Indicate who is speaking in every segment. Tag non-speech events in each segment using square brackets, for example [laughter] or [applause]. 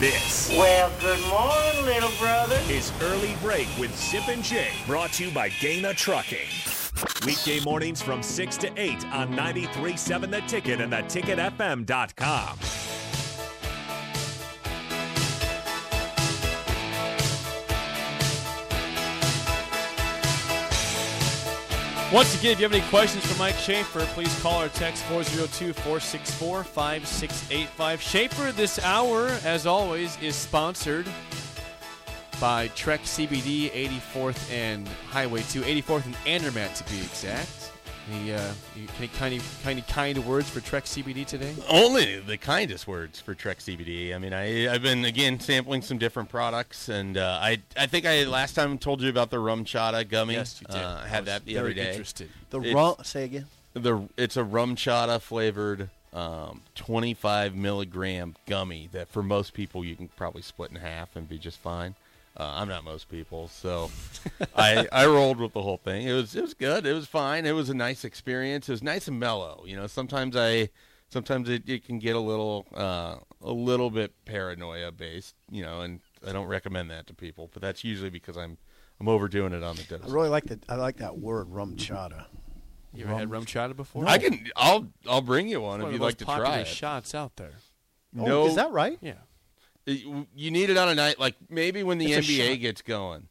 Speaker 1: This
Speaker 2: Well, good morning, little brother.
Speaker 3: is Early Break with Zip and Jay, brought to you by Dana Trucking. Weekday mornings from 6 to 8 on 93.7 The Ticket and theticketfm.com.
Speaker 4: Once again, if you have any questions for Mike Schaefer, please call or text 402 464 5685. Schaefer, this hour, as always, is sponsored by Trek CBD 84th and Highway 2, 84th and Andermatt to be exact. Any, uh, you- any kind, of, kind of kind words for Trek CBD today?
Speaker 5: Only the kindest words for Trek CBD. I mean, I I've been again sampling some different products, and uh, I I think I last time told you about the rum chata gummy.
Speaker 4: Yes, you did.
Speaker 5: Uh, I
Speaker 4: I
Speaker 5: had
Speaker 4: was
Speaker 5: that the
Speaker 4: very
Speaker 5: other day.
Speaker 4: interested.
Speaker 6: The
Speaker 5: It's-
Speaker 6: raw. Say again.
Speaker 5: The it's a rum chata flavored. Um, 25 milligram gummy that for most people you can probably split in half and be just fine. Uh, I'm not most people,
Speaker 6: [laughs]
Speaker 5: so I I rolled with the whole thing. It was it was good. It was fine. It was a nice experience. It was nice and mellow. You know, sometimes I sometimes it, it can get a little uh, a little bit paranoia based. You know, and I don't recommend that to people. But that's usually because I'm I'm overdoing it on the
Speaker 6: I
Speaker 5: dose.
Speaker 6: really like that. I like that word, rum chata.
Speaker 4: You ever had rum chata before?
Speaker 5: I can I'll I'll bring you one
Speaker 4: One
Speaker 5: if
Speaker 4: of
Speaker 5: you'd
Speaker 4: the
Speaker 5: like
Speaker 4: most
Speaker 5: to
Speaker 4: popular
Speaker 5: try it.
Speaker 4: shots out there.
Speaker 6: Oh,
Speaker 5: No.
Speaker 6: is that right?
Speaker 4: Yeah.
Speaker 5: You you need it on a night like maybe when the
Speaker 4: It's a
Speaker 5: NBA
Speaker 4: shot.
Speaker 5: gets going,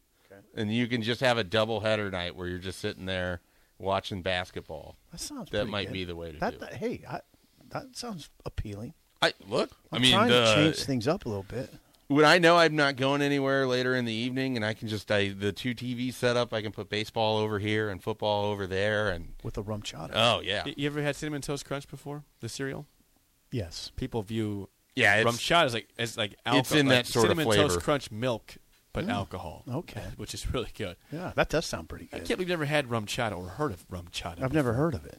Speaker 5: and you can just have a double header night where you're just sitting there watching basketball.
Speaker 6: That sounds.
Speaker 5: That
Speaker 6: pretty
Speaker 5: might
Speaker 6: good.
Speaker 5: be the way to
Speaker 6: That,
Speaker 5: do
Speaker 6: that- hey, I, that sounds appealing.
Speaker 5: I look. i
Speaker 6: I'm
Speaker 5: mean,
Speaker 6: trying
Speaker 5: the-
Speaker 6: to change things up a little bit.
Speaker 5: when I know I'm not going anywhere later in the evening, and I can just I the two TV setup, I can put baseball over here and football over there, and
Speaker 6: with a rum chata.
Speaker 5: oh yeah,
Speaker 4: You- You ever had Cinnamon Toast Crunch before? The cereal?
Speaker 6: yes.
Speaker 4: People view
Speaker 5: yeah, it's,
Speaker 4: rum shot is like as like alcohol.
Speaker 5: It's in
Speaker 4: like
Speaker 5: that sort of
Speaker 4: cinnamon
Speaker 5: flavor.
Speaker 4: toast crunch milk, but alcohol.
Speaker 6: Mm. Okay.
Speaker 4: [laughs] which is really good.
Speaker 6: Yeah, that does sound pretty
Speaker 4: I
Speaker 6: good.
Speaker 4: can't believe I've never had rum chata or heard of rum chata.
Speaker 6: I've never heard of it.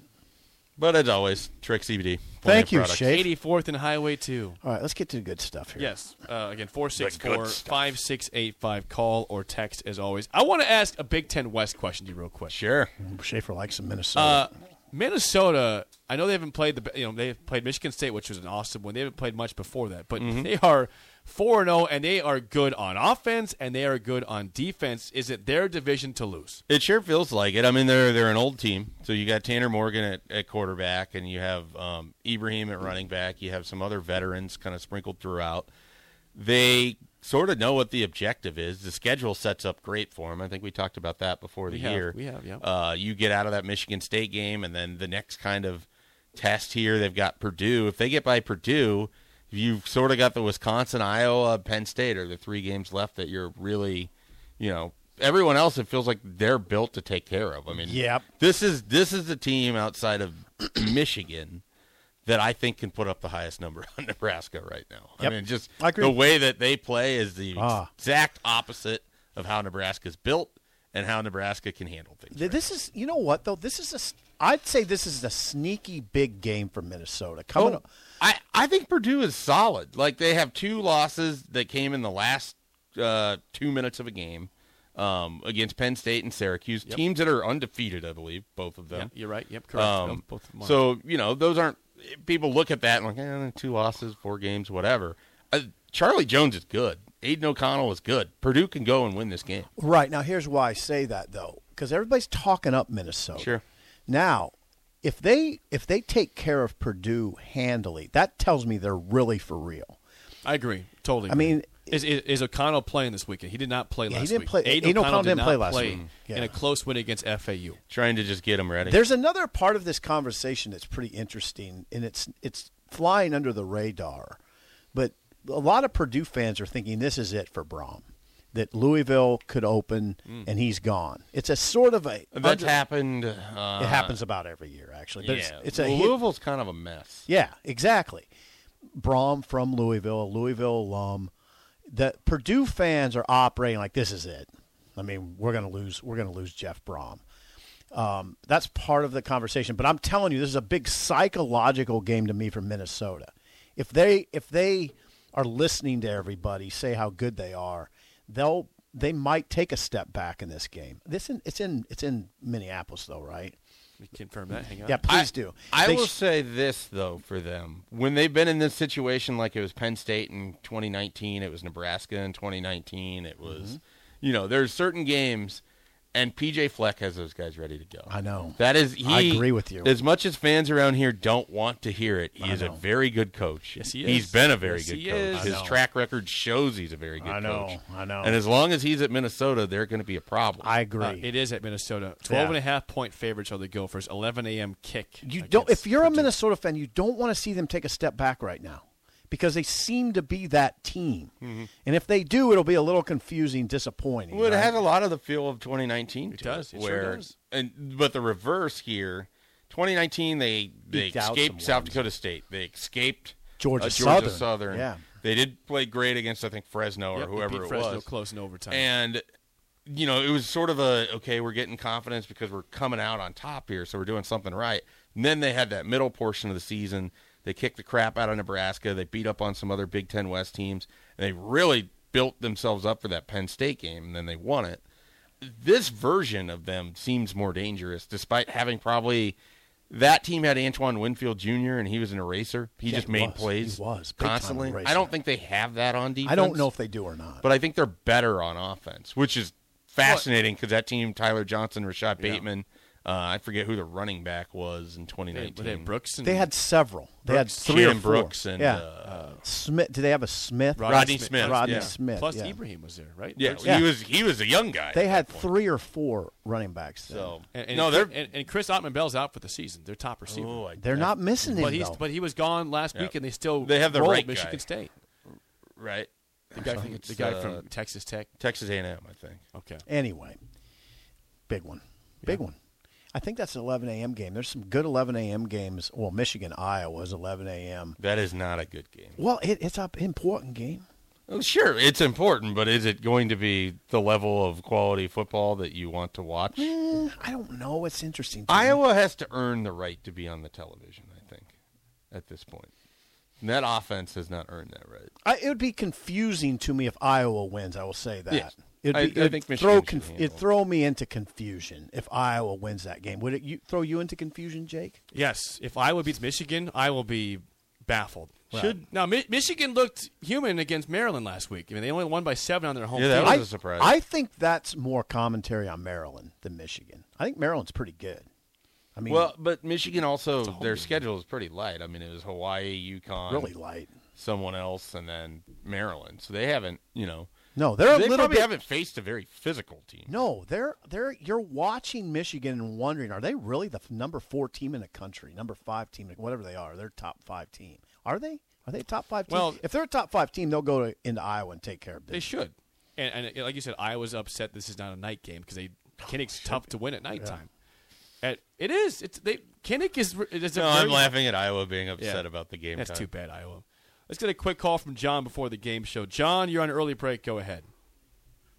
Speaker 5: But as always, Trick CBD. plenty
Speaker 6: Thank
Speaker 5: of
Speaker 6: you,
Speaker 5: products.
Speaker 6: Shay.
Speaker 4: 84th and Highway 2.
Speaker 6: All right, let's get to the good stuff here.
Speaker 4: Yes. Uh, again, 464 5685. Call or text as always. I want to ask a Big Ten West question to you real quick.
Speaker 5: Sure.
Speaker 6: Schaefer likes some Minnesota.
Speaker 4: Uh, Minnesota, I know they haven't played the you know they've played Michigan State, which was an awesome one. They haven't played much before that, but they are four and zero, and they are good on offense and they are good on defense. Is it their division to lose?
Speaker 5: It sure feels like it. I mean, they're they're an old team. So you got Tanner Morgan at, at quarterback, and you have um, Ibrahim at running back. You have some other veterans kind of sprinkled throughout. They sort of know what the objective is. The schedule sets up great for them. I think we talked about that before the
Speaker 4: We have,
Speaker 5: year.
Speaker 4: we have, yeah.
Speaker 5: Uh, you get out of that Michigan State game, and then the next kind of test here, they've got Purdue. If they get by Purdue, you've sort of got the Wisconsin, Iowa, Penn State are the three games left that you're really, you know, everyone else. It feels like they're built to take care of. I mean,
Speaker 6: Yep.
Speaker 5: this is this is the team outside of [clears throat] Michigan that I think can put up the highest number [laughs] on Nebraska right now.
Speaker 6: Yep.
Speaker 5: I mean, just
Speaker 6: I agree.
Speaker 5: the way that they play is the
Speaker 6: Ah.
Speaker 5: exact opposite of how Nebraska's built and how Nebraska can handle things.
Speaker 6: Th- This is, you know what though? This is a s- I'd say this is a sneaky big game for Minnesota. Coming up,
Speaker 5: I, I think Purdue is solid. Like they have two losses that came in the last uh, two minutes of a game um, against Penn State and Syracuse, teams that are undefeated, I believe, both of
Speaker 4: Yeah,
Speaker 5: them.
Speaker 4: you're right. Yep, correct.
Speaker 5: Um,
Speaker 4: No, both of mine.
Speaker 5: so you know those aren't people look at that and like eh, two losses, four games, whatever. Uh, Charlie Jones is good. Aiden O'Connell is good. Purdue can go and win this game.
Speaker 6: right now, here's why I say that though, because everybody's talking up Minnesota.
Speaker 5: Sure.
Speaker 6: Now, if they if they take care of Purdue handily, that tells me they're really for real.
Speaker 4: I agree. Totally.
Speaker 6: I mean,
Speaker 4: Is, is, is O'Connell playing this weekend? He did not play
Speaker 6: Yeah, he
Speaker 4: last
Speaker 6: didn't
Speaker 4: week.
Speaker 6: play-
Speaker 4: Aiden
Speaker 6: Aiden
Speaker 4: O'Connell,
Speaker 6: O'Connell
Speaker 4: did
Speaker 6: didn't
Speaker 4: not
Speaker 6: play last
Speaker 4: play
Speaker 6: week.
Speaker 4: in
Speaker 6: Yeah.
Speaker 4: a close win against FAU.
Speaker 5: Trying to just get them ready.
Speaker 6: There's another part of this conversation that's pretty interesting, and it's it's flying under the radar. But a lot of Purdue fans are thinking this is it for Brom, that Louisville could open
Speaker 5: Mm.
Speaker 6: and he's gone. It's a sort of a
Speaker 5: That's happened. Uh,
Speaker 6: it happens about every year actually, but
Speaker 5: yeah.
Speaker 6: it's, it's a hit-
Speaker 5: Louisville's kind of a mess.
Speaker 6: yeah, exactly. Brom from Louisville, a Louisville alum. The Purdue fans are operating like this is it. I mean, we're gonna lose. We're gonna lose Jeff Brom. Um, that's part of the conversation. But I'm telling you, this is a big psychological game to me from Minnesota. If they if they are listening to everybody say how good they are, they'll they might take a step back in this game. This in, it's in it's in Minneapolis though, right?
Speaker 4: We confirm that. Hang on.
Speaker 6: Yeah, please do.
Speaker 5: I
Speaker 6: They
Speaker 5: will
Speaker 6: sh-
Speaker 5: say this though for them, when they've been in this situation, like it was Penn State in 2019, it was Nebraska in 2019, it was,
Speaker 6: Mm-hmm.
Speaker 5: you know, there's certain games, and PJ Fleck has those guys ready to go.
Speaker 6: I know.
Speaker 5: that is. He,
Speaker 6: I agree with you.
Speaker 5: As much as fans around here don't want to hear it, he is a very good coach. Yes,
Speaker 4: he is.
Speaker 5: He's been a very
Speaker 4: Yes,
Speaker 5: good
Speaker 4: he
Speaker 5: coach.
Speaker 4: is. I
Speaker 5: His
Speaker 6: know.
Speaker 5: track record shows he's a very good
Speaker 6: I know,
Speaker 5: coach.
Speaker 6: I know.
Speaker 5: And as long as he's at Minnesota, they're going to be a problem.
Speaker 6: I agree.
Speaker 4: Uh, it is at Minnesota. 12 and a half point favorites are the Gophers. 11 a.m. kick.
Speaker 6: You don't.
Speaker 4: against
Speaker 6: If you're a
Speaker 4: Purdue.
Speaker 6: Minnesota fan, you don't want to see them take a step back right now because they seem to be that team. And if they do, it'll be a little confusing, disappointing.
Speaker 5: Mm-hmm. Well, it
Speaker 6: right?
Speaker 5: has a lot of the feel of 2019. It
Speaker 4: does. It sure
Speaker 5: where,
Speaker 4: does.
Speaker 5: And but the reverse here, 2019 they they
Speaker 6: Eked out
Speaker 5: escaped
Speaker 6: some
Speaker 5: South
Speaker 6: wins.
Speaker 5: Dakota State. They escaped
Speaker 6: Georgia
Speaker 5: uh, Georgia
Speaker 6: Southern.
Speaker 5: Southern.
Speaker 6: Yeah.
Speaker 5: They did play great against I think Fresno or
Speaker 4: Yep, they
Speaker 5: whoever
Speaker 4: beat
Speaker 5: it
Speaker 4: Fresno
Speaker 5: was.
Speaker 4: close in overtime.
Speaker 5: And you know, it was sort of a okay, we're getting confidence because we're coming out on top here, so we're doing something right. And then they had that middle portion of the season. They kicked the crap out of Nebraska. They beat up on some other Big Ten West teams. And they really built themselves up for that Penn State game, and then they won it. This version of them seems more dangerous, despite having probably that team had Antoine Winfield Jr. and he was an eraser. He
Speaker 6: Yeah,
Speaker 5: just
Speaker 6: he
Speaker 5: made
Speaker 6: was.
Speaker 5: plays
Speaker 6: He was. Big time
Speaker 5: constantly.
Speaker 6: eraser.
Speaker 5: I don't think they have that on defense
Speaker 6: I don't know if they do or not.
Speaker 5: but I think they're better on offense, which is fascinating because that team, Tyler Johnson, Rashad Bateman, uh, I forget who the running back was in
Speaker 4: They,
Speaker 5: 2019.
Speaker 4: they had Brooks and
Speaker 6: they had several. They had
Speaker 4: Brooks.
Speaker 6: three
Speaker 5: Shannon
Speaker 6: or four.
Speaker 5: Brooks and,
Speaker 6: yeah.
Speaker 5: uh,
Speaker 6: Smith. Do they have a Smith?
Speaker 4: Rodney
Speaker 5: Rodney Smith. Smith,
Speaker 6: Rodney
Speaker 5: yeah.
Speaker 6: Smith.
Speaker 4: Plus
Speaker 6: yeah.
Speaker 4: Ibrahim was there, right?
Speaker 5: yeah,
Speaker 4: Brooks-
Speaker 6: Yeah.
Speaker 5: he was he was a young guy.
Speaker 6: They had
Speaker 5: three.
Speaker 6: three or four running backs. then.
Speaker 5: So
Speaker 4: And, and
Speaker 5: no, they're
Speaker 4: and, and Chris Ottman Bell's out for the season. Their top receiver.
Speaker 5: oh, I-
Speaker 6: they're not missing him
Speaker 4: but he's
Speaker 6: though.
Speaker 4: but he was gone last week,
Speaker 5: Yeah.
Speaker 4: and they still
Speaker 5: They have the
Speaker 4: rolled
Speaker 5: right
Speaker 4: Michigan
Speaker 5: guy.
Speaker 4: State.
Speaker 5: right.
Speaker 4: The guy from
Speaker 5: it's,
Speaker 4: the guy
Speaker 5: uh,
Speaker 4: from Texas Tech.
Speaker 5: Texas A&M, I think.
Speaker 4: Okay.
Speaker 6: anyway, big one, big one. I think that's an 11 a.m. game. There's some good 11 a.m. games. Well, Michigan Iowa is 11 a.m.
Speaker 5: That is not a good game.
Speaker 6: Well, it, it's an important game.
Speaker 5: Well, Sure, it's important, but is it going to be the level of quality football that you want to watch?
Speaker 6: I don't know. It's interesting. to me.
Speaker 5: Iowa has to earn the right to be on the television, I think, at this point. And that offense has not earned that right.
Speaker 6: I, it would be confusing to me if Iowa wins. I will say that.
Speaker 5: Yes.
Speaker 6: It'd
Speaker 5: I-
Speaker 6: be,
Speaker 5: I
Speaker 6: it'd
Speaker 5: think Michigan
Speaker 6: throw
Speaker 5: should handle
Speaker 6: it'd
Speaker 5: it.
Speaker 6: throw me into confusion if Iowa wins that game. Would it you, throw you into confusion, Jake?
Speaker 4: Yes, if Iowa beats Michigan, I will be baffled. Should now Mi- Michigan looked human against Maryland last week. I mean, they only won by seven on their home
Speaker 5: Yeah, that
Speaker 4: field.
Speaker 5: was
Speaker 6: I-
Speaker 5: a surprise.
Speaker 6: I think that's more commentary on Maryland than Michigan. I think Maryland's pretty good. I mean,
Speaker 5: Well, but Michigan also their schedule is pretty light. I mean, it was Hawaii, UConn,
Speaker 6: really light.
Speaker 5: someone else, and then Maryland. So they haven't, you know,
Speaker 6: No, they're a
Speaker 5: they
Speaker 6: little
Speaker 5: probably
Speaker 6: bit.
Speaker 5: haven't faced a very physical team.
Speaker 6: No, they're they're you're watching Michigan and wondering, are they really the f- number four team in the country, number five team, whatever they are, they're top five team. Are they? Are they a top five team?
Speaker 4: Well-
Speaker 6: if they're a top five team, they'll go to, into Iowa and take care of
Speaker 4: They
Speaker 6: business.
Speaker 4: should. And, and like you said, Iowa's upset. This is not a night game because they Kinnick's
Speaker 5: Oh,
Speaker 4: tough to win at nighttime. At, it is. It's they. Kinnick is. is a
Speaker 5: No, I'm
Speaker 4: very-
Speaker 5: laughing at Iowa being upset
Speaker 4: Yeah.
Speaker 5: about the game.
Speaker 4: That's
Speaker 5: time.
Speaker 4: too bad, Iowa. Let's get a quick call from John before the game show. John, you're on early break. Go ahead.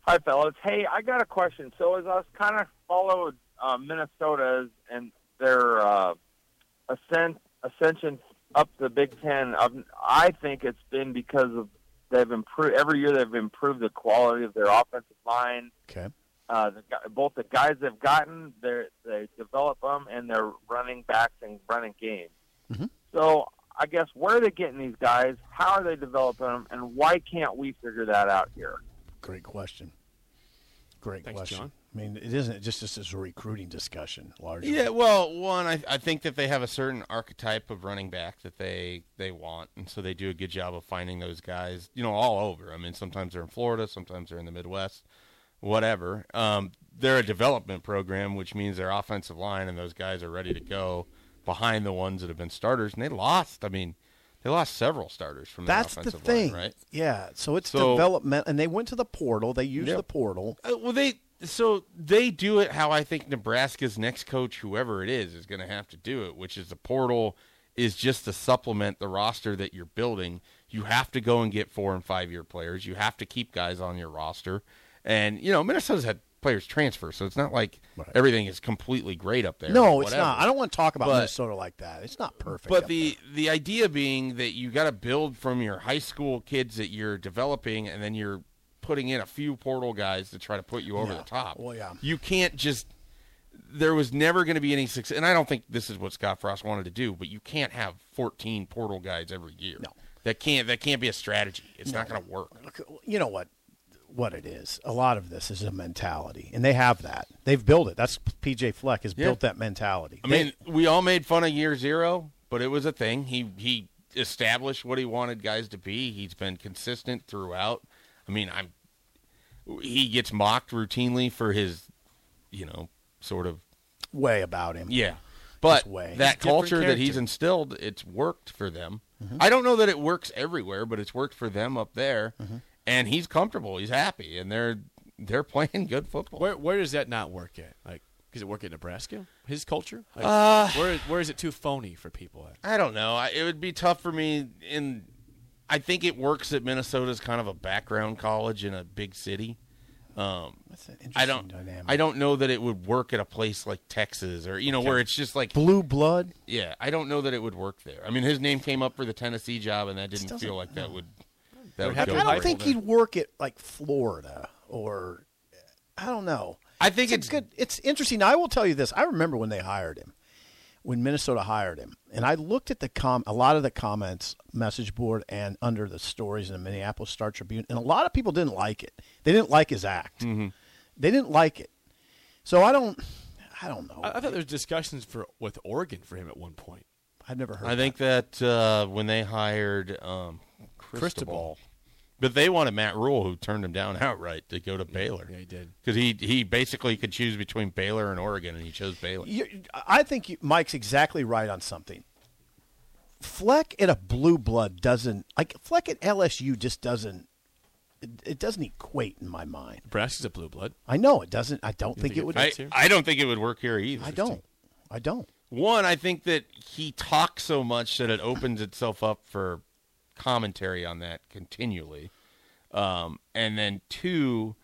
Speaker 2: Hi, fellas. Hey, I got a question. So as I was kind of followed uh, Minnesota's and
Speaker 7: their uh, ascent ascension up the Big Ten. Um, I think it's been because of they've improved every year. They've improved the quality of their offensive line.
Speaker 6: Okay.
Speaker 7: Uh, the, gu- both the guys they've gotten, they they develop them, and their running backs and running game. So I guess where are they getting these guys? How are they developing them? And why can't we figure that out here?
Speaker 6: Great question. Great
Speaker 4: Thanks,
Speaker 6: question.
Speaker 4: John.
Speaker 6: I mean, it isn't just this is a recruiting discussion largely.
Speaker 5: Yeah, well, one, I, I think that they have a certain archetype of running back that they they want, and so they do a good job of finding those guys. You know, all over. I mean, sometimes they're in Florida, sometimes they're in the Midwest, whatever. Um, they're a development program, which means their offensive line and those guys are ready to go behind the ones that have been starters, and they lost. I mean, they lost several starters from their
Speaker 6: That's the
Speaker 5: offensive
Speaker 6: thing,
Speaker 5: line, right?
Speaker 6: Yeah. So it's
Speaker 5: So-
Speaker 6: development, and they went to the portal. They used
Speaker 5: Yeah.
Speaker 6: the portal.
Speaker 5: Uh, well, they so they do it how I think Nebraska's next coach, whoever it is, is going to have to do it, which is the portal is just to supplement the roster that you're building. You have to go and get four and five year players. You have to keep guys on your roster, and you know Minnesota's had players transfer, so it's not like
Speaker 6: Right.
Speaker 5: everything is completely great up there.
Speaker 6: No,
Speaker 5: or
Speaker 6: it's
Speaker 5: whatever.
Speaker 6: not. I don't want to talk about
Speaker 5: But-
Speaker 6: Minnesota like that. It's not perfect.
Speaker 5: But
Speaker 6: up
Speaker 5: the the idea being that you got to build from your high school kids that you're developing, and then you're putting in a few portal guys to try to put you over
Speaker 6: Yeah.
Speaker 5: the top.
Speaker 6: Well, yeah.
Speaker 5: You can't just. There was never going to be any success, and I don't think this is what Scott Frost wanted to do. But you can't have 14 portal guys every year.
Speaker 6: No.
Speaker 5: That can't that can't be a strategy. It's not going to work.
Speaker 6: Look, you know what what it is a lot of this is a mentality and they have that they've built it that's pj fleck has
Speaker 5: Yeah.
Speaker 6: built that mentality
Speaker 5: I mean, we all made fun of year zero, but it was a thing. He he established what he wanted guys to be. He's been consistent throughout. I mean, I'm he gets mocked routinely for his, you know, sort of
Speaker 6: They- way about him
Speaker 5: yeah. But
Speaker 6: His way.
Speaker 5: that
Speaker 4: He's a different
Speaker 5: culture that he's
Speaker 4: character.
Speaker 5: instilled, it's worked for them.
Speaker 6: Mm-hmm.
Speaker 5: I don't know that it works everywhere, but it's worked for them up there.
Speaker 6: Mm-hmm.
Speaker 5: And he's comfortable. He's happy, and they're they're [laughs] playing good football.
Speaker 4: Where where does that not work at? Like, does it work at Nebraska? His culture? Like, where where is it too phony for people? At?
Speaker 5: I don't know. I, it would be tough for me. In I think it works that Minnesota's kind of a background college in a big city.
Speaker 6: that's an
Speaker 5: I
Speaker 6: interesting
Speaker 5: don't.
Speaker 6: dynamic
Speaker 5: I don't know that it would work at a place like Texas or you know where it's just like
Speaker 6: blue blood
Speaker 5: yeah. I don't know that it would work there. I mean, his name came up for the Tennessee job, and that didn't
Speaker 6: doesn't-
Speaker 5: feel like that would. That would
Speaker 4: have
Speaker 5: go
Speaker 4: to
Speaker 6: i
Speaker 5: great.
Speaker 6: don't think he'd work at like florida or i don't know
Speaker 5: I think
Speaker 6: it's,
Speaker 5: it's,
Speaker 6: a good. It's interesting. I will tell you this. I remember when they hired him, when Minnesota hired him, and I looked at the com a lot of the comments, message board, and under the stories in the Minneapolis Star Tribune, and a lot of people didn't like it. They didn't like his act.
Speaker 5: Mm-hmm.
Speaker 6: They didn't like it. So I don't. I don't know.
Speaker 4: I, I thought there was discussions for with Oregon for him at one point.
Speaker 6: I've never heard.
Speaker 5: I think that uh, when they hired um, Cristobal, but they wanted Matt Rule, who turned him down [laughs] outright to go to Baylor.
Speaker 4: Yeah, he did.
Speaker 5: because he he basically could choose between Baylor and Oregon, and he chose Baylor.
Speaker 6: You, I think you, Mike's exactly right on something. Fleck at a blue blood doesn't like Fleck at LSU just doesn't. It, it doesn't equate in my mind.
Speaker 4: Nebraska's a blue blood.
Speaker 6: I know it doesn't. I don't think,
Speaker 4: think
Speaker 6: it
Speaker 4: it
Speaker 6: would.
Speaker 5: I,
Speaker 4: fits here?
Speaker 5: I don't think it would work here either.
Speaker 6: I don't. I don't.
Speaker 5: One, I think that he talks so much that it opens itself up for commentary on that continually. Um, and then two,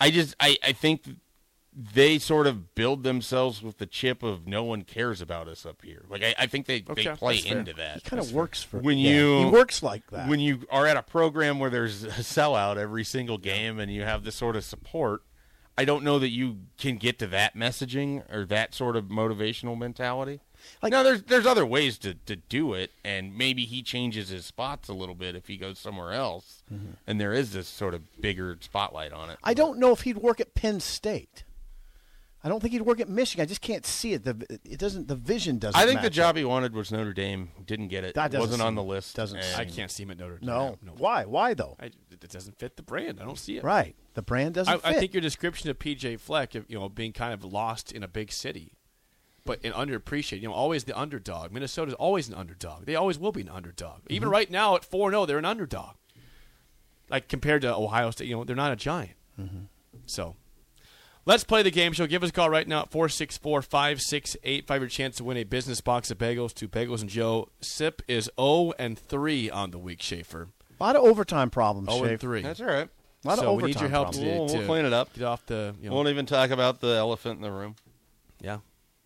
Speaker 5: I just I, I think they sort of build themselves with the chip of no one cares about us up here. Like I, I think they, they
Speaker 4: Okay,
Speaker 5: play
Speaker 4: that's fair.
Speaker 5: into that.
Speaker 6: He kind of works for
Speaker 5: When
Speaker 6: yeah,
Speaker 5: you-
Speaker 6: he works like that.
Speaker 5: when you are at a program where there's a sellout every single game and you have this sort of support, I don't know that you can get to that messaging or that sort of motivational mentality.
Speaker 6: Like-
Speaker 5: now, there's there's other ways to, to do it, and maybe he changes his spots a little bit if he goes somewhere else, and there is this sort of bigger spotlight on it.
Speaker 6: Mm-hmm. I don't know if he'd work at Penn State. I don't think he'd work at Michigan. I just can't see it. The it doesn't. The vision doesn't.
Speaker 5: I think the
Speaker 6: match
Speaker 5: job
Speaker 6: up.
Speaker 5: he wanted was Notre Dame. Didn't get it.
Speaker 6: That doesn't
Speaker 5: wasn't on the
Speaker 6: seem-
Speaker 5: list.
Speaker 6: doesn't
Speaker 5: and-
Speaker 4: I can't see him at Notre Dame.
Speaker 6: No.
Speaker 4: no.
Speaker 6: Why? Why though?
Speaker 4: I, it doesn't fit the brand. I don't see it.
Speaker 6: Right. The brand doesn't.
Speaker 4: I,
Speaker 6: fit.
Speaker 4: I think your description of PJ Fleck, of, you know, being kind of lost in a big city, but an underappreciated, you know, always the underdog. Minnesota's always an underdog. They always will be an underdog.
Speaker 6: Mm-hmm.
Speaker 4: Even right now at four zero, they're an underdog. Like compared to Ohio State, you know, they're not a giant.
Speaker 6: Mm-hmm.
Speaker 4: So. Let's play the game show. Give us a call right now at 464 5685. Your chance to win a business box of bagels to Bagels and Joe. Sip is 0 and 3 on the week, Schaefer.
Speaker 6: a lot of overtime problems.
Speaker 4: 0 Oh, and
Speaker 6: Schaefer.
Speaker 4: 3.
Speaker 5: That's all right.
Speaker 6: A lot
Speaker 4: so
Speaker 6: of overtime
Speaker 4: we need your help
Speaker 6: problems.
Speaker 4: to,
Speaker 5: We'll- we'll
Speaker 4: to
Speaker 5: clean it up.
Speaker 4: Get off the. You know,
Speaker 5: Won't even talk about the elephant in the room.
Speaker 4: yeah.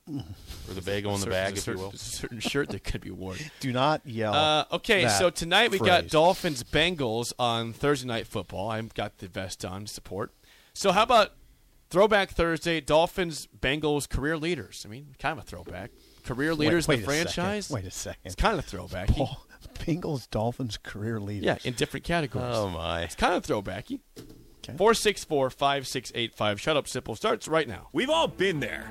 Speaker 5: or the bagel in the bag, if you
Speaker 4: certain,
Speaker 5: will.
Speaker 4: certain shirt that could be worn.
Speaker 6: Do not yell.
Speaker 4: [laughs] Uh, okay,
Speaker 6: that
Speaker 4: so tonight we got
Speaker 6: phrase.
Speaker 4: Dolphins Bengals on Thursday night football. I've got the vest on support. So how about Throwback Thursday? Dolphins Bengals career leaders. I mean, kind of a throwback. Career
Speaker 6: Wait-
Speaker 4: leaders
Speaker 6: wait
Speaker 4: in
Speaker 6: a
Speaker 4: the franchise.
Speaker 6: Second. Wait a second.
Speaker 4: It's kind of
Speaker 6: [laughs]
Speaker 4: throwback.
Speaker 6: Paul, Bengals Dolphins career leaders.
Speaker 4: Yeah, in different categories.
Speaker 5: Oh my!
Speaker 4: It's kind of throwbacky. Four six four five six eight five. Shut up, Sipple. Starts right now.
Speaker 3: We've all been there.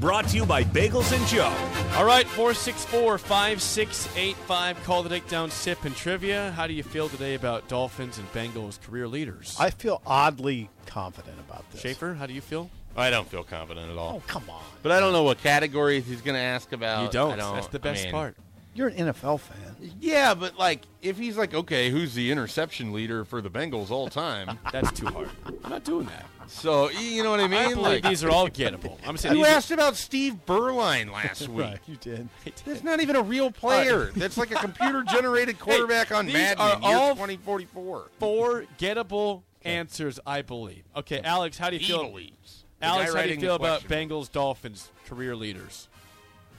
Speaker 3: Brought to you by Bagels and Joe.
Speaker 4: All right, 464 5685. Call the dick down, sip, and trivia. How do you feel today about Dolphins and Bengals career leaders?
Speaker 6: I feel oddly confident about this.
Speaker 4: Schaefer, how do you feel?
Speaker 5: I don't feel confident at all.
Speaker 6: Oh come on!
Speaker 5: But I don't know what categories he's going to ask about.
Speaker 4: you don't.
Speaker 5: Oh, I
Speaker 4: That's the
Speaker 5: I
Speaker 4: best
Speaker 5: mean,
Speaker 4: part.
Speaker 6: You're an NFL fan.
Speaker 5: Yeah, but like if he's like, okay, who's the interception leader for the Bengals all time?
Speaker 4: That's too
Speaker 5: [laughs]
Speaker 4: hard. I'm not doing that.
Speaker 5: so y- you know what I
Speaker 4: I
Speaker 5: mean?
Speaker 4: believe
Speaker 5: like
Speaker 4: these are all gettable.
Speaker 5: [laughs]
Speaker 4: I'm saying
Speaker 5: you
Speaker 4: these are-
Speaker 5: asked about Steve Berline last week.
Speaker 6: Right, [laughs] you did.
Speaker 5: That's not even a real player. That's like a computer-generated quarterback on
Speaker 4: these
Speaker 5: Madden.
Speaker 4: are
Speaker 5: year
Speaker 4: all-
Speaker 5: 2044.
Speaker 4: four gettable answers, I believe. Okay, Alex, how do you
Speaker 5: He
Speaker 4: feel?
Speaker 5: believes. The guy
Speaker 4: Alex, how do you
Speaker 5: writing the
Speaker 4: feel about
Speaker 5: question.
Speaker 4: Bengals Dolphins career leaders?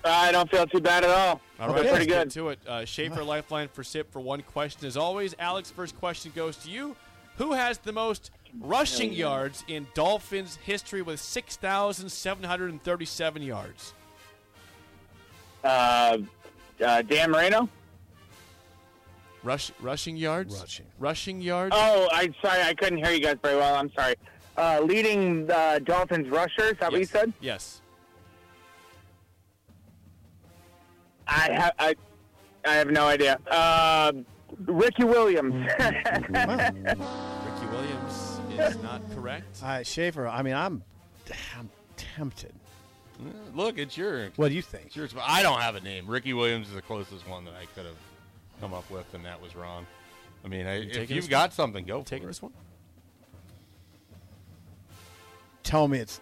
Speaker 7: I don't feel too bad at all.
Speaker 4: All
Speaker 6: Okay.
Speaker 4: let's
Speaker 6: Pretty
Speaker 4: get
Speaker 7: good.
Speaker 4: to it. Uh, Schaefer Lifeline for SIP for one question. As always, Alex, first question goes to you. Who has the most rushing yards in Dolphins history with 6,737 yards?
Speaker 7: Uh, uh, Dan Marino.
Speaker 4: Rush, rushing yards?
Speaker 6: Rushing.
Speaker 4: Rushing yards?
Speaker 7: Oh, I sorry, I couldn't hear you guys very well. I'm sorry. Uh, leading uh, Dolphins rusher. Is that what you
Speaker 4: yes.
Speaker 7: said?
Speaker 4: Yes.
Speaker 7: I have I, I have no idea. Uh, Ricky Williams.
Speaker 4: Ricky Williams is not correct.
Speaker 6: Uh, Schaefer, I mean, I'm, I'm tempted.
Speaker 5: Look, it's your
Speaker 6: What do you think?
Speaker 5: it's your. spot. I don't have a name. Ricky Williams is the closest one that I could have come up with, and that was wrong. I mean, I, if
Speaker 4: taking
Speaker 5: you've
Speaker 4: this
Speaker 5: got something, go for
Speaker 4: Taking
Speaker 5: it.
Speaker 4: this one?
Speaker 6: Tell me it's.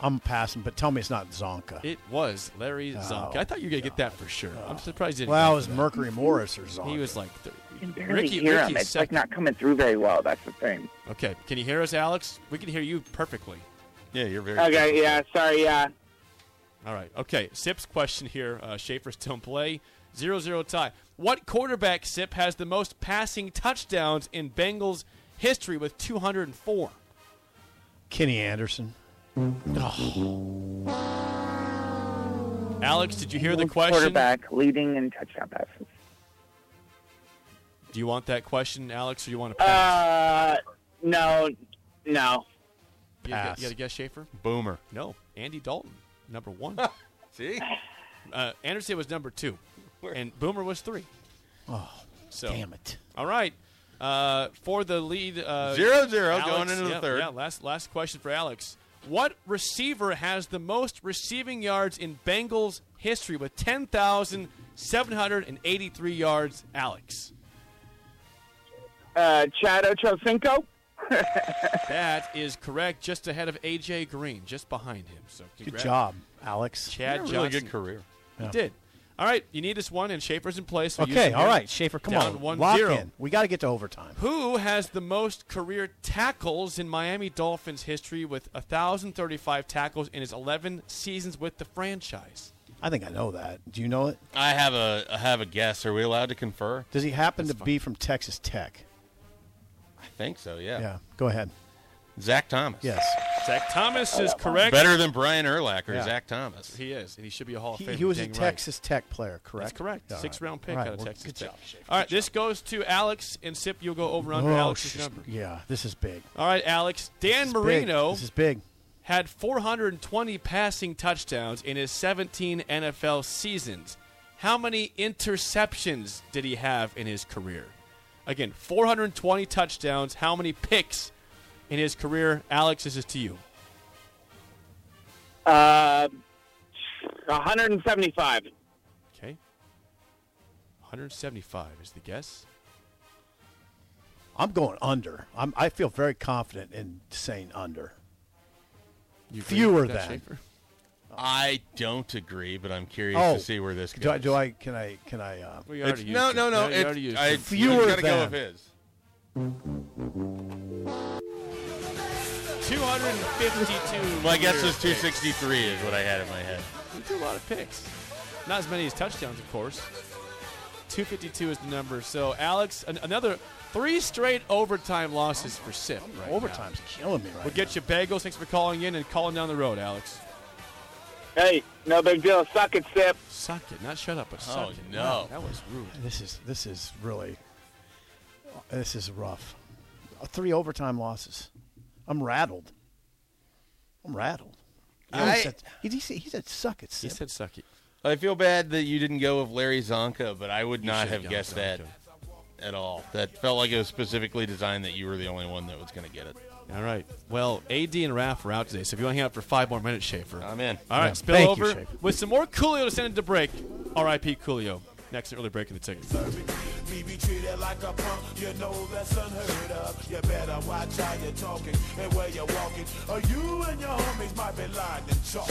Speaker 6: I'm passing, but tell me it's not Zonka.
Speaker 4: It was Larry Zonka. I thought you were going to get that for sure. I'm surprised you didn't.
Speaker 6: Oh. well, it
Speaker 4: go
Speaker 6: was
Speaker 4: for that.
Speaker 6: Mercury Morris or Zonka.
Speaker 4: He was like, th-
Speaker 7: can barely
Speaker 4: Ricky,
Speaker 7: hear
Speaker 4: Ricky's
Speaker 7: him. It's
Speaker 4: second.
Speaker 7: like not coming through very well. That's the thing.
Speaker 4: Okay, can you hear us, Alex? We can hear you perfectly.
Speaker 5: Yeah, you're very.
Speaker 7: Okay. Yeah. Sorry. Yeah.
Speaker 4: All right. Okay. Sip's question here. Uh, Schaefer still in play. Zero zero tie. What quarterback Sip has the most passing touchdowns in Bengals history with 204?
Speaker 6: Kenny Anderson.
Speaker 4: Alex, did you hear the question?
Speaker 7: Quarterback leading in touchdown passes.
Speaker 4: Do you want that question, Alex, or you want to pass?
Speaker 7: Uh, no, no.
Speaker 4: you, gotta,
Speaker 6: pass.
Speaker 4: you gotta guess Schaefer?
Speaker 5: Boomer.
Speaker 4: No. Andy Dalton,
Speaker 7: [laughs]
Speaker 4: number one.
Speaker 5: See,
Speaker 4: uh, Anderson was number two, and Boomer was three. Oh, so
Speaker 6: Damn it.
Speaker 4: All right. Uh, for the lead, uh,
Speaker 5: Zero, zero,
Speaker 4: Alex-
Speaker 5: going into the
Speaker 4: yeah,
Speaker 5: third.
Speaker 4: Yeah, last last question for Alex. What receiver has the most receiving yards in Bengals history with ten thousand seven hundred and eighty-three yards? Alex,
Speaker 7: Uh, Chad Ochocinco. [laughs]
Speaker 4: that is correct. Just ahead of AJ Green, just behind him. So
Speaker 6: Good
Speaker 4: congrats.
Speaker 6: job, Alex.
Speaker 4: Chad
Speaker 5: really
Speaker 4: Johnson.
Speaker 5: good career.
Speaker 4: He did. All right, you need this one, and Schaefer's in place. So use
Speaker 6: okay,
Speaker 4: him
Speaker 6: all
Speaker 4: here.
Speaker 6: right, Schaefer, come
Speaker 4: Down
Speaker 6: on.
Speaker 4: one
Speaker 6: Lock
Speaker 4: zero.
Speaker 6: in. We got to get to overtime.
Speaker 4: Who has the most career tackles in Miami Dolphins history with 1,035 tackles in his 11 seasons with the franchise?
Speaker 6: I think I know that. Do you know it?
Speaker 5: I have a I have a guess. Are we allowed to confer?
Speaker 6: Does he happen to be from Texas Tech?
Speaker 5: I think so. Yeah.
Speaker 6: Yeah. Go ahead.
Speaker 5: Zach Thomas.
Speaker 6: Yes.
Speaker 4: Zach Thomas is correct.
Speaker 5: Better than Brian Erlacher.
Speaker 6: Yeah.
Speaker 5: Zach Thomas.
Speaker 4: He is, and he should be a Hall of
Speaker 6: He,
Speaker 4: Famer.
Speaker 6: he was a
Speaker 4: dang right.
Speaker 6: Texas Tech player, correct?
Speaker 4: That's correct.
Speaker 6: All
Speaker 4: Six
Speaker 6: right.
Speaker 4: round pick
Speaker 6: All right,
Speaker 4: out of
Speaker 6: well,
Speaker 4: Texas
Speaker 6: good
Speaker 4: Tech.
Speaker 6: job, Schaefer.
Speaker 4: All right, this goes to Alex and Sip. You'll go over under
Speaker 6: Oh,
Speaker 4: Alex's
Speaker 6: sh-
Speaker 4: number.
Speaker 6: Yeah, this is big.
Speaker 4: All right, Alex.
Speaker 6: This
Speaker 4: Dan
Speaker 6: is big.
Speaker 4: Marino
Speaker 6: This is big.
Speaker 4: had 420 passing touchdowns in his 17 NFL seasons. How many interceptions did he have in his career? Again, 420 touchdowns. How many picks in his career? Alex, this is to you.
Speaker 7: Uh, 175.
Speaker 4: Okay. 175 is the guess.
Speaker 6: I'm going under. I'm, I feel very confident in saying under.
Speaker 4: You agree
Speaker 6: Fewer
Speaker 4: with that,
Speaker 6: than.
Speaker 4: Schaefer?
Speaker 5: I don't agree, but I'm curious
Speaker 6: Oh,
Speaker 5: to see where this goes.
Speaker 6: Do I, do I? Can I? Can I? Uh,
Speaker 4: Well, you
Speaker 5: It's,
Speaker 4: already
Speaker 5: no,
Speaker 4: used
Speaker 5: no,
Speaker 4: it.
Speaker 5: no.
Speaker 4: You
Speaker 5: It's,
Speaker 4: already used
Speaker 5: I,
Speaker 4: it.
Speaker 6: Fewer
Speaker 5: gotta go
Speaker 6: than.
Speaker 5: with his.
Speaker 4: 252.
Speaker 5: My guess
Speaker 4: career
Speaker 5: was 263 is what I had in my head.
Speaker 4: picks. We threw a lot of picks. Not as many as touchdowns, of course. 252 is the number. So, Alex, an- another three straight overtime losses for SIP. Right now.
Speaker 6: overtime's killing me right
Speaker 4: We'll get you bagels. Thanks for calling in and calling down the road, Alex.
Speaker 7: Hey, no big deal. Suck it, Sip.
Speaker 4: Suck it. Not shut up, but suck
Speaker 5: Oh,
Speaker 4: it.
Speaker 5: no.
Speaker 4: Wow, that was rude.
Speaker 6: now. This is this is really this is rough. Uh, Three overtime losses. I'm rattled. I'm rattled. He almost
Speaker 5: I-
Speaker 6: said, he, he said- he said, "Suck it,
Speaker 4: He
Speaker 6: Sip."
Speaker 4: said suck it.
Speaker 5: I feel bad that you didn't go with Larry Zonka, but I would not
Speaker 4: should've
Speaker 5: have
Speaker 4: gone
Speaker 5: guessed
Speaker 4: with
Speaker 5: that at all. That felt like it was specifically designed that you were the only one that was going to get it.
Speaker 4: All right. Well, AD and Raph are out today, so if you want to hang out for five more minutes, Schaefer.
Speaker 5: I'm in.
Speaker 4: All right,
Speaker 6: Yeah,
Speaker 4: spill
Speaker 6: thank you,
Speaker 4: over
Speaker 6: Schaefer.
Speaker 4: with some more Coolio to send it to break. RIP Coolio. Next early break in the ticket.
Speaker 8: Me be treated like a punk, you know that's unheard of. You better watch how you're talking and where you're walking, or you and your homies might be lying and chalk.